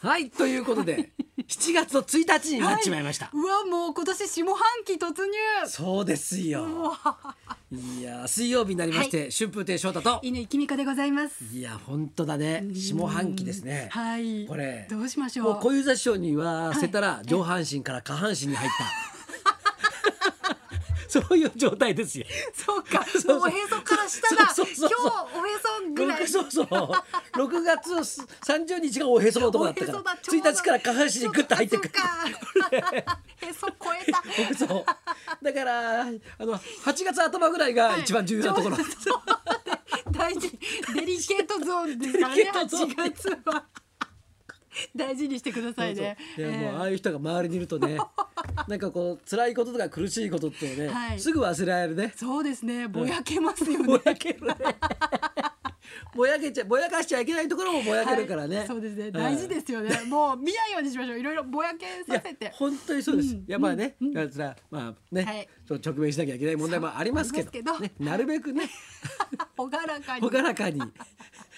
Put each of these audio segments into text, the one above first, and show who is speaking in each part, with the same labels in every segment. Speaker 1: はいということで7月の1日になっちまいました、
Speaker 2: うわもう今年下半期突入
Speaker 1: そうですよいやー水曜日になりまして、春風亭昇太と
Speaker 2: 犬井君香でございます
Speaker 1: いや本当だね下半期ですね
Speaker 2: はい
Speaker 1: これ
Speaker 2: どうしましょ
Speaker 1: も
Speaker 2: う
Speaker 1: う小遊三師匠に言わせたら
Speaker 2: はい
Speaker 1: 上半身から下半身に入った そういう状態ですよ
Speaker 2: そうか
Speaker 1: そう
Speaker 2: もうおへそから下が
Speaker 1: そうそうそうそう
Speaker 2: 今日おへそぐらい
Speaker 1: 六そうそう6月30日がおへそのとこだったから
Speaker 2: おへそだちょうど
Speaker 1: 1日から下半身にグッと入ってくる
Speaker 2: そう かへそ超えた
Speaker 1: そうだからあの8月頭ぐらいが一番重要なところ、
Speaker 2: はいそうそう大事デリケートゾーンですから
Speaker 1: デ
Speaker 2: ね
Speaker 1: リケートゾーン
Speaker 2: 8月は大事にしてくださいね
Speaker 1: そうそういやもうあ
Speaker 2: え
Speaker 1: あいう人が周りにいるとね なんかこう辛いこととか苦しいことってね、
Speaker 2: はい
Speaker 1: すぐ忘れられるね
Speaker 2: えそうです ねぼやけますよね、
Speaker 1: ぼやけるね ぼやけちゃぼやかしちゃいけないところもぼやけるからね、
Speaker 2: はい そうですね大事ですすよね、もう見ないようにしましょういろいろぼやけ
Speaker 1: い
Speaker 2: さ
Speaker 1: や
Speaker 2: せ て
Speaker 1: 本当にそうです、
Speaker 2: うん
Speaker 1: いやまあね、だからまあね、
Speaker 2: はい
Speaker 1: ちょっと直面しなきゃいけない問題もありますけど
Speaker 2: そうあります
Speaker 1: ね
Speaker 2: け、
Speaker 1: なるべくね
Speaker 2: ほがらかに
Speaker 1: ほがらかに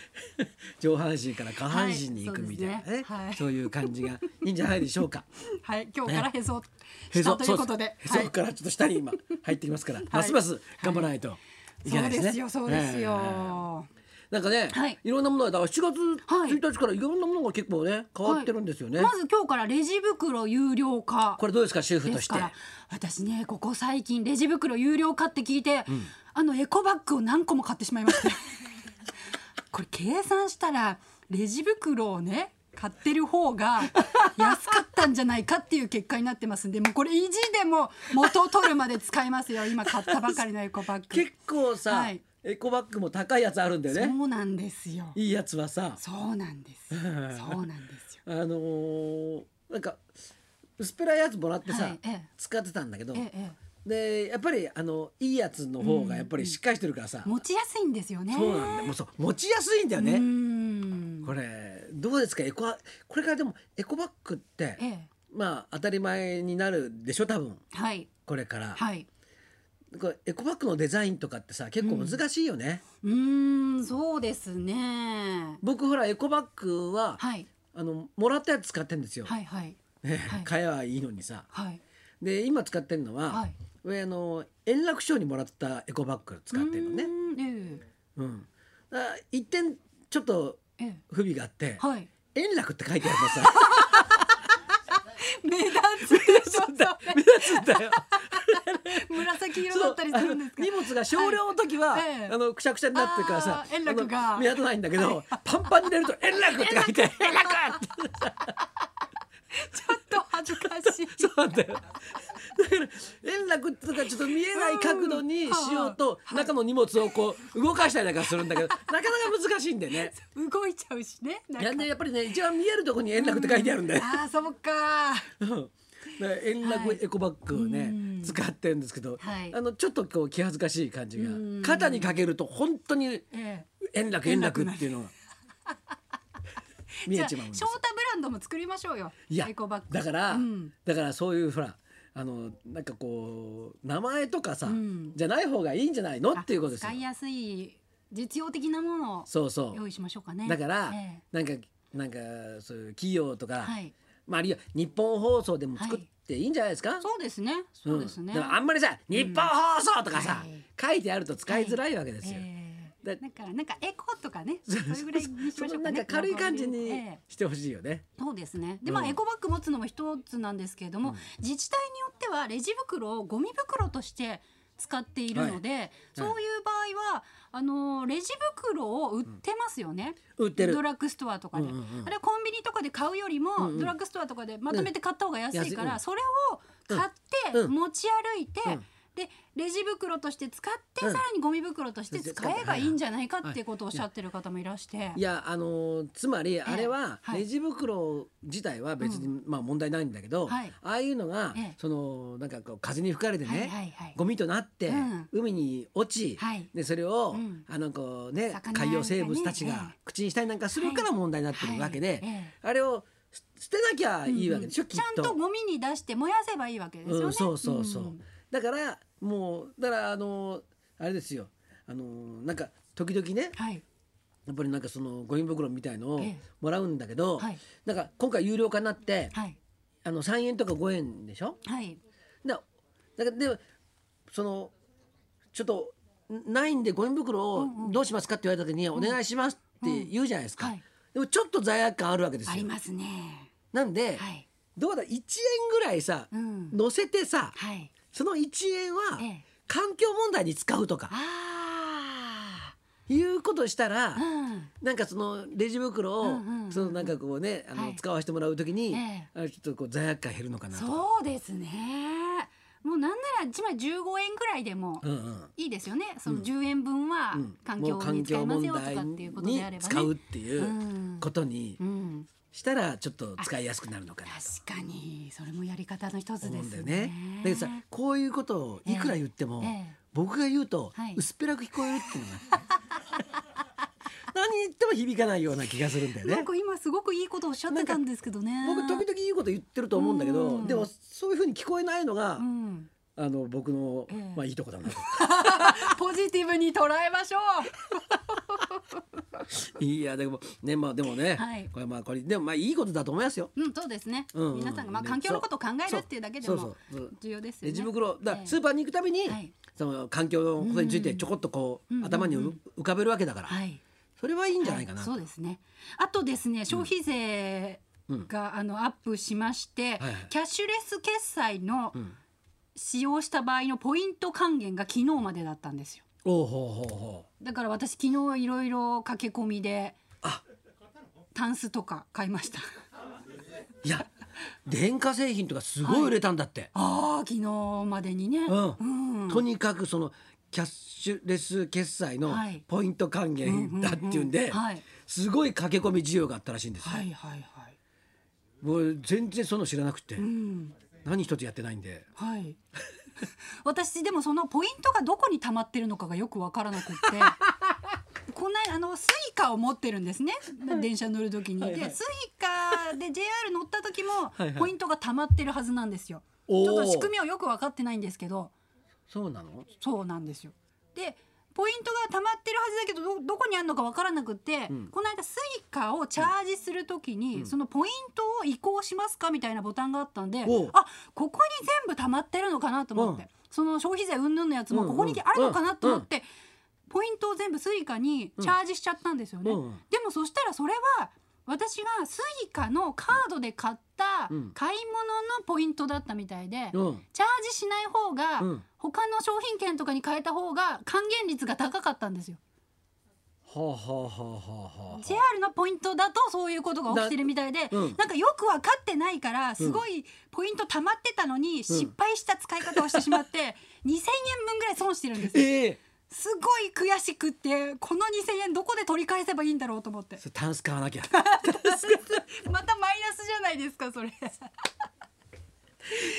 Speaker 1: 上半身から下半身に行くみたいなね,、
Speaker 2: はいそうですねはい
Speaker 1: そういう感じがいいんじゃないでしょうか。
Speaker 2: はい今日からへそ
Speaker 1: へ
Speaker 2: 下
Speaker 1: そ
Speaker 2: ということで
Speaker 1: そうすへ
Speaker 2: は
Speaker 1: そ
Speaker 2: い
Speaker 1: からちょっと下に 今入ってきますから、ますます頑張らないといけ
Speaker 2: そ
Speaker 1: な
Speaker 2: う
Speaker 1: いで
Speaker 2: です
Speaker 1: ね。
Speaker 2: すよそうですよ、
Speaker 1: ええなんかね、
Speaker 2: はい
Speaker 1: い、ろんなものがだから7
Speaker 2: はい
Speaker 1: 月1日からいろんなものが結構ね変わってるんですよね。
Speaker 2: はいまず今日からレジ袋有料化
Speaker 1: これどうですか主婦
Speaker 2: で
Speaker 1: とし
Speaker 2: す
Speaker 1: て
Speaker 2: か。ら私ねここ最近レジ袋有料化って聞いて、あのエコバッグを何個も買って しまいましたこれ計算したらレジ袋をね買ってる方が安かったんじゃないかっていう結果になってますんでもうこれ意地でも元を取るまで使いますよ今買ったばかりのエコバッグ
Speaker 1: 結構さ、
Speaker 2: はい
Speaker 1: エコバッグも高いやつあるんだよね。
Speaker 2: そうなんですよ
Speaker 1: いいやつはさ、
Speaker 2: そうなん ですよそうなんですよ
Speaker 1: あのーなんか薄っぺらいやつもらってさ、
Speaker 2: はいええ
Speaker 1: 使ってたんだけど、
Speaker 2: ええ
Speaker 1: でやっぱりあのいいやつの方がやっぱりしっかりしてるからさ、
Speaker 2: 持ちやすいんですよね
Speaker 1: そうなんだ。もうそう持ちやすいんだよね。
Speaker 2: うん
Speaker 1: これどうですかエコこれからでもエコバッグって
Speaker 2: ええ
Speaker 1: まあ当たり前になるでしょ多分
Speaker 2: はい
Speaker 1: これから、
Speaker 2: はい
Speaker 1: これエコバッグのデザインとかってさ結構難しいよね、
Speaker 2: うーん、そうですね。
Speaker 1: 僕ほらエコバッグは、
Speaker 2: はい、
Speaker 1: あのもらったやつ使ってんですよ、
Speaker 2: はい、はい、
Speaker 1: ね
Speaker 2: はい
Speaker 1: 買えばいいのにさ
Speaker 2: はい、
Speaker 1: で今使ってるのは、
Speaker 2: はい。
Speaker 1: 俺あの円楽賞にもらったエコバッグ使ってるのね
Speaker 2: うーん。
Speaker 1: うん、あ一点ちょっと
Speaker 2: ええ、え
Speaker 1: 不備があって
Speaker 2: え、 はい。
Speaker 1: 円楽って書いてあるから さ
Speaker 2: 目立つ。そうそう
Speaker 1: 目立つんだよ
Speaker 2: 紫色
Speaker 1: そ
Speaker 2: だ
Speaker 1: う
Speaker 2: ったりするんです
Speaker 1: あ
Speaker 2: か
Speaker 1: の。荷物が少量の時は、
Speaker 2: はいええ
Speaker 1: あのくしゃくしゃになってるからさ
Speaker 2: あー円楽が
Speaker 1: あの目立たないんだけどパンパンに入れると「円楽」って書 いて「円楽!」って
Speaker 2: ちょっと恥ずか しい。
Speaker 1: そうなんだよだから円楽とかちょっと見えない角度にしようと中の荷物をこう動かしたりなんかするんだけど なかなか難しいんだよね。
Speaker 2: 動いちゃうしね。なん
Speaker 1: い
Speaker 2: か
Speaker 1: やねやっぱりね一番見えるとこに円楽って書いてあるんだよ。
Speaker 2: ああ、そうか。
Speaker 1: うんだから円
Speaker 2: は
Speaker 1: 楽
Speaker 2: い
Speaker 1: エコバッグをね、
Speaker 2: うん
Speaker 1: 使ってるんですけど、
Speaker 2: はい
Speaker 1: あのちょっとこう気恥ずかしい感じが
Speaker 2: うん
Speaker 1: 肩にかけると本当に
Speaker 2: ええ。
Speaker 1: 円楽円楽っていう のが見
Speaker 2: じ
Speaker 1: え
Speaker 2: ゃあ、
Speaker 1: ち
Speaker 2: シ
Speaker 1: ま
Speaker 2: ョ
Speaker 1: うん
Speaker 2: ー
Speaker 1: です
Speaker 2: タ
Speaker 1: よ
Speaker 2: ブランドも作りましょうよ。
Speaker 1: いや
Speaker 2: エコバッグ。
Speaker 1: だから、
Speaker 2: うん
Speaker 1: だからそういうほらあのなんかこう名前とかさ、
Speaker 2: うん
Speaker 1: じゃない方がいいんじゃないのっていうことですよ
Speaker 2: 使いやすい実用的なものを
Speaker 1: そうそ
Speaker 2: 用意しましょうかね。
Speaker 1: うだから、
Speaker 2: え
Speaker 1: なんかなんかそういう企業とか、
Speaker 2: えはい。
Speaker 1: まあ、あるいは日本放送でも作っていいんじゃないですか、
Speaker 2: そうですね。そうですね。
Speaker 1: んだからあんまりさ「日本放送」とかさ、
Speaker 2: はい
Speaker 1: 書いてあると使いづらいわけですよ。
Speaker 2: ええ
Speaker 1: だ
Speaker 2: だからなんかエコとかね、それぐらいにしまし
Speaker 1: その
Speaker 2: ょう
Speaker 1: な
Speaker 2: か
Speaker 1: ん
Speaker 2: ね。
Speaker 1: か軽い感じに
Speaker 2: ええ
Speaker 1: してほしいよね。
Speaker 2: そうですね。
Speaker 1: う
Speaker 2: で
Speaker 1: ん
Speaker 2: まあエコバッグ持つのも一つなんですけれども、
Speaker 1: うん
Speaker 2: 自治体によってはレジ袋をゴミ袋として使っているので、そういう場合はあのレジ袋を売ってますよね。
Speaker 1: 売ってる
Speaker 2: ドラッグストアとかで、
Speaker 1: うんうんうん
Speaker 2: あれはコンビニとかで買うよりも、
Speaker 1: うんうん
Speaker 2: ドラッグストアとかでまとめて買った方が安いか
Speaker 1: うん安い
Speaker 2: ら、
Speaker 1: うん
Speaker 2: それを買って、
Speaker 1: うん
Speaker 2: 持ち歩いて、
Speaker 1: うん
Speaker 2: でレジ袋として使って、
Speaker 1: うん
Speaker 2: さらにゴミ袋として使えばいいんじゃないかっていうことをおっしゃってる方もいらして、
Speaker 1: いやあのーつまりあれは
Speaker 2: はい
Speaker 1: レジ袋自体は別に、まあ問題ないんだけど、
Speaker 2: はい
Speaker 1: ああいうのが、
Speaker 2: ええ
Speaker 1: そのなんかこう風に吹かれてね、
Speaker 2: はいはいはい
Speaker 1: ゴミとなって、
Speaker 2: うん
Speaker 1: 海に落ち、
Speaker 2: はい
Speaker 1: でそれを、
Speaker 2: うん
Speaker 1: あのこうね
Speaker 2: 魚なんかね
Speaker 1: 海洋生物たち
Speaker 2: え
Speaker 1: が
Speaker 2: え
Speaker 1: 口にしたりなんかするから問題になってるわけで、
Speaker 2: はいはいえ
Speaker 1: あれをす捨てなきゃいいわけでしょ、
Speaker 2: うんうん
Speaker 1: きっ
Speaker 2: ちゃんとゴミに出して燃やせばいいわけですよね。
Speaker 1: うん、そうそうそう、
Speaker 2: ん
Speaker 1: だからもうだからあのあれですよあのなんか時々ね
Speaker 2: はい
Speaker 1: やっぱりなんかその五輪袋みたいのを
Speaker 2: ええ
Speaker 1: もらうんだけど、
Speaker 2: はい
Speaker 1: なんか今回有料化になって、
Speaker 2: はい
Speaker 1: あの3円とか5円でしょ
Speaker 2: はい
Speaker 1: だだからでそのちょっとないんで五円袋をどうしますかって言われた時に「お願いします」って言うじゃないですか、
Speaker 2: はい
Speaker 1: でもちょっと罪悪感あるわけです
Speaker 2: あ
Speaker 1: よ
Speaker 2: りますね
Speaker 1: なんで、
Speaker 2: はい
Speaker 1: どうだ1円ぐらいさ、
Speaker 2: うん
Speaker 1: 乗せてさ
Speaker 2: はい
Speaker 1: その1円は
Speaker 2: ええ
Speaker 1: 環境問題に使うとか
Speaker 2: あ
Speaker 1: いうことしたら、
Speaker 2: あうん
Speaker 1: なんかそのレジ袋を、
Speaker 2: うんうんうん
Speaker 1: そのなんかこうねあの、
Speaker 2: はい
Speaker 1: 使わせてもらうときに、
Speaker 2: え
Speaker 1: あちょっとこう罪悪感減るのかなとか。
Speaker 2: そうですねもうなんなら一枚15円ぐらいでも
Speaker 1: うんうん
Speaker 2: いいですよねその10円分は
Speaker 1: うん
Speaker 2: 環境
Speaker 1: もう
Speaker 2: に
Speaker 1: 環
Speaker 2: 使い
Speaker 1: 境
Speaker 2: ま
Speaker 1: 問
Speaker 2: すよと
Speaker 1: 題
Speaker 2: かっていうことであれ
Speaker 1: に
Speaker 2: ば
Speaker 1: 使うっ
Speaker 2: ね
Speaker 1: ていうことに
Speaker 2: うん
Speaker 1: したらちょっと使いやすくなるのかなと
Speaker 2: 確かにそれもやり方の一つ
Speaker 1: 思
Speaker 2: で
Speaker 1: うんだ
Speaker 2: す
Speaker 1: よね
Speaker 2: ね。
Speaker 1: だけどさこういうことをいくら言っても、
Speaker 2: ええ
Speaker 1: 僕が言うと、
Speaker 2: はい
Speaker 1: 薄っぺらく聞こえるっていうのがあって 何言っても響かないような気がするんだよ
Speaker 2: な
Speaker 1: ね
Speaker 2: ん。か今すごくいいことをおっしゃってたんですけどね。
Speaker 1: 僕時々いいこと言ってると思うんだけど、
Speaker 2: うん
Speaker 1: でもそういうふうに聞こえないのが、
Speaker 2: うん、
Speaker 1: あの僕の、
Speaker 2: ええ
Speaker 1: まあいいとこだなと。
Speaker 2: ポジティブに捉えましょ
Speaker 1: いやでもねまあでもね、
Speaker 2: はい
Speaker 1: これまあこれでもまあいいことだと思いますよ。
Speaker 2: う。うん、そうですね。
Speaker 1: うんうん
Speaker 2: 皆さんがまあ
Speaker 1: ね
Speaker 2: 環境のことを考え
Speaker 1: そ
Speaker 2: る
Speaker 1: う
Speaker 2: っていうだけで
Speaker 1: そうそ
Speaker 2: も
Speaker 1: うそう
Speaker 2: 重要ですよね。
Speaker 1: レジ袋だから
Speaker 2: ええ
Speaker 1: スーパーに行くたびに、
Speaker 2: はい
Speaker 1: その環境のことについてちょこっとこう、頭にう浮かべるわけだから、
Speaker 2: はい。
Speaker 1: それはいいんじゃないかな。
Speaker 2: はそうですね。あとですね、消費税が、あのアップしまし
Speaker 1: はい
Speaker 2: て、
Speaker 1: はい
Speaker 2: キャッシュレス決済の
Speaker 1: ん
Speaker 2: 使用した場合のポイント還元が昨日までだったんですよ。
Speaker 1: おうほうほうほう。
Speaker 2: だから私昨日いろいろ駆け込みで
Speaker 1: あ
Speaker 2: タンスとか買いました。
Speaker 1: いや電化製品とかすごい売れたんだって。
Speaker 2: ああ昨日までにね。
Speaker 1: うん。とにかくそのキャッシュレス決済の
Speaker 2: はい
Speaker 1: ポイント還元だっていうんで、
Speaker 2: はい
Speaker 1: すごい駆け込み需要があったらしいんですよ。
Speaker 2: はいはいはい。
Speaker 1: もう全然その知らなくて、
Speaker 2: うん
Speaker 1: 何一つやってないんで。
Speaker 2: はい。 私でもそのポイントがどこに溜まってるのかがよくわからな くって。こんなあのスイカを持ってるんですね電車乗る時に、
Speaker 1: はいはい
Speaker 2: でスイカで JR 乗った時も
Speaker 1: はいはい
Speaker 2: ポイントが溜まってるはずなんですよ
Speaker 1: おー
Speaker 2: ちょっと仕組みをよく分かってないんですけど
Speaker 1: そうなの？
Speaker 2: そうなんですよ。でポイントが溜まってるはずだけどどどこにあるのか分からなくて、
Speaker 1: ん
Speaker 2: この間スイカをチャージするときに、そのポイントを移行しますかみたいなボタンがあったんであ
Speaker 1: おう
Speaker 2: ここに全部溜まってるのかなと思って、
Speaker 1: うん
Speaker 2: その消費税云々のやつもここに
Speaker 1: うんうん
Speaker 2: あるのかなと思って、ポイントを全部スイカにチャージしちゃったんですよね。
Speaker 1: うん
Speaker 2: でもそしたらそれは私がスイカのカードで買った
Speaker 1: うん
Speaker 2: 買い物のポイントだったみたいで、
Speaker 1: うん。
Speaker 2: チャージしない方が、
Speaker 1: うん
Speaker 2: 他の商品券とかに変えた方が還元率が高かったんですよ。
Speaker 1: はあ、はあはあはあはあ
Speaker 2: JR のポイントだとそういうことが起きてるみたいで、
Speaker 1: うん
Speaker 2: なんかよく分かってないからすごいポイント溜まってたのに失敗した使い方をしてしまって、2000円 分ぐらい損してるんですよ。
Speaker 1: ええ
Speaker 2: すごい悔しくってこの2000円どこで取り返せばいいんだろうと思って
Speaker 1: それタンス買わなき ゃ
Speaker 2: またマイナスじゃないですかそれ。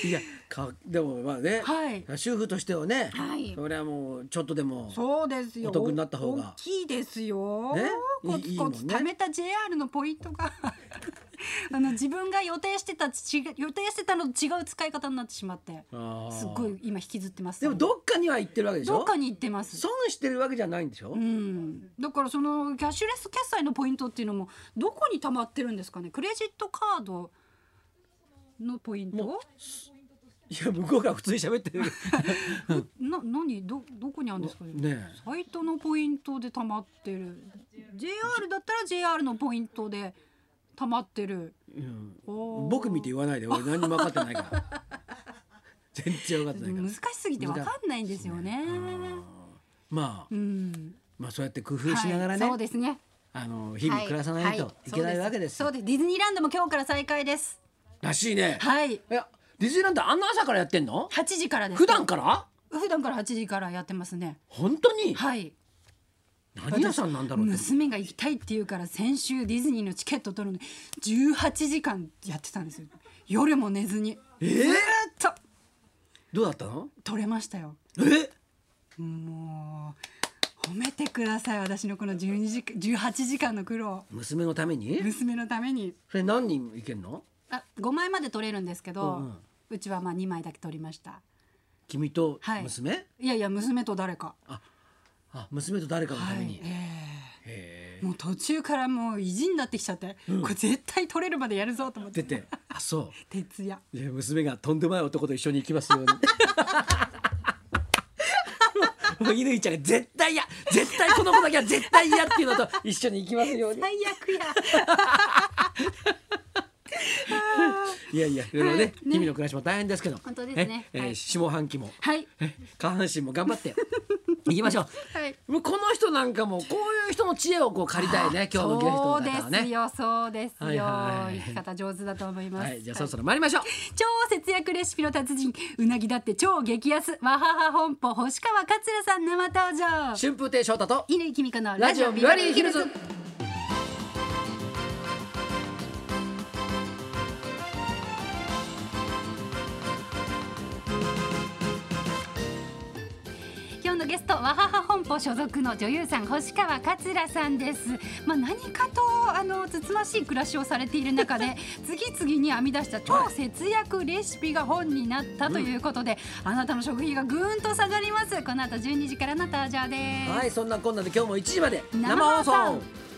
Speaker 1: いやかでもまあね、
Speaker 2: はい
Speaker 1: 主婦としてはね、
Speaker 2: はい
Speaker 1: それはもうちょっとでも
Speaker 2: そうですよ。
Speaker 1: お得になった方が
Speaker 2: 大きいですよ。
Speaker 1: ね
Speaker 2: コ
Speaker 1: いい
Speaker 2: ツ
Speaker 1: いいも
Speaker 2: コ
Speaker 1: んね
Speaker 2: ツ貯めた JR のポイントが あの自分が予定してたちが予定してたのと違う使い方になってしまって、
Speaker 1: あー
Speaker 2: すっごい今引きずってます。
Speaker 1: でもどっかには行ってるわけでしょ
Speaker 2: どっかに行ってます。
Speaker 1: 損してるわけじゃないんでしょ、
Speaker 2: うん、だからそのキャッシュレス決済のポイントっていうのもどこに溜まってるんですかねクレジットカードのポイン
Speaker 1: も
Speaker 2: ト
Speaker 1: いや向こうが普通に喋って る
Speaker 2: な何どどこにあるんですかね
Speaker 1: ねえ
Speaker 2: サイトのポイントで溜まってる JR だったら JR のポイントで溜まってる、おー
Speaker 1: 僕見て言わないで俺何にも分かってないから 全然分かってないか
Speaker 2: 難
Speaker 1: ら
Speaker 2: しすぎて分かんないんですよね
Speaker 1: まあ
Speaker 2: うん
Speaker 1: まあそうやって工夫しながらね、
Speaker 2: はいそうですね
Speaker 1: あの日々暮らさないといけないわけです,、
Speaker 2: はそうですディズニーランドも今日から再開です
Speaker 1: らしいね、
Speaker 2: はい
Speaker 1: いやディズニーランドあんな朝からやってんの
Speaker 2: 8時からです
Speaker 1: 普段から
Speaker 2: 普段から8時からやってますね
Speaker 1: 本当に
Speaker 2: はい
Speaker 1: 何屋さんなんだろうって
Speaker 2: 娘が行きたいって言うから先週ディズニーのチケット取るのに18時間やってたんですよ夜も寝ずに
Speaker 1: え
Speaker 2: ず
Speaker 1: ー
Speaker 2: ーっと
Speaker 1: どうだったの
Speaker 2: 取れましたよ
Speaker 1: え
Speaker 2: もう褒めてください私のこの12時間18時間の苦労
Speaker 1: 娘のために
Speaker 2: 娘のために
Speaker 1: それ何人いけんの
Speaker 2: あ5枚まで取れるんですけど、
Speaker 1: う
Speaker 2: うん
Speaker 1: うん
Speaker 2: ちはまあ2枚だけ取りました
Speaker 1: 君と
Speaker 2: はい
Speaker 1: 娘、
Speaker 2: いやいや娘と誰か
Speaker 1: あ娘と誰かのために、
Speaker 2: はいええ
Speaker 1: へ
Speaker 2: もう途中からもう意地になってきちゃって、これ絶対取れるまでやるぞと思っ
Speaker 1: 出
Speaker 2: て
Speaker 1: てあそ
Speaker 2: 徹夜
Speaker 1: ういや娘がとんでもない男と一緒に行きますように もう乾ちゃんが絶対嫌絶対この子だけは絶対嫌っていうのと一緒に行きますように
Speaker 2: 最悪や
Speaker 1: いやいやいろいろね,、
Speaker 2: はいね
Speaker 1: 日々の暮らしも大変ですけど
Speaker 2: 本当ですね
Speaker 1: ええー
Speaker 2: はい
Speaker 1: 下半期も
Speaker 2: はい
Speaker 1: え下半身も頑張って 行きましょう
Speaker 2: はい
Speaker 1: もうこの人なんかもこういう人の知恵をこう借りたいね今日のゲストの方は
Speaker 2: そうです
Speaker 1: ね
Speaker 2: よそうですよ、
Speaker 1: はいはい
Speaker 2: 生き方上手だと思います、
Speaker 1: はいじゃあそろそろ参りましょう、
Speaker 2: 超節約レシピの達人うなぎだって超激安わはは本舗星川桂さん生登場
Speaker 1: 春風亭昇太と
Speaker 2: 乾きみかの
Speaker 1: ラ
Speaker 2: ラ
Speaker 1: ジ
Speaker 2: ジ
Speaker 1: オ
Speaker 2: オ
Speaker 1: ビ
Speaker 2: ビ
Speaker 1: バ
Speaker 2: バ
Speaker 1: リ
Speaker 2: リ
Speaker 1: ー
Speaker 2: ー
Speaker 1: ヒ
Speaker 2: ヒ
Speaker 1: ル
Speaker 2: ル
Speaker 1: ズ
Speaker 2: ズ今日のゲストわはは本舗所属の女優さん星川桂さんですまあ何かとあのつつましい暮らしをされている中 で次々に編み出した超節約レシピが本になったということで、あなたの食費がぐーんと下がりますこの後12時からの登場です、
Speaker 1: はいそんなこんなで今日も1時まで
Speaker 2: 生
Speaker 1: 生
Speaker 2: 放
Speaker 1: 放
Speaker 2: 送
Speaker 1: 送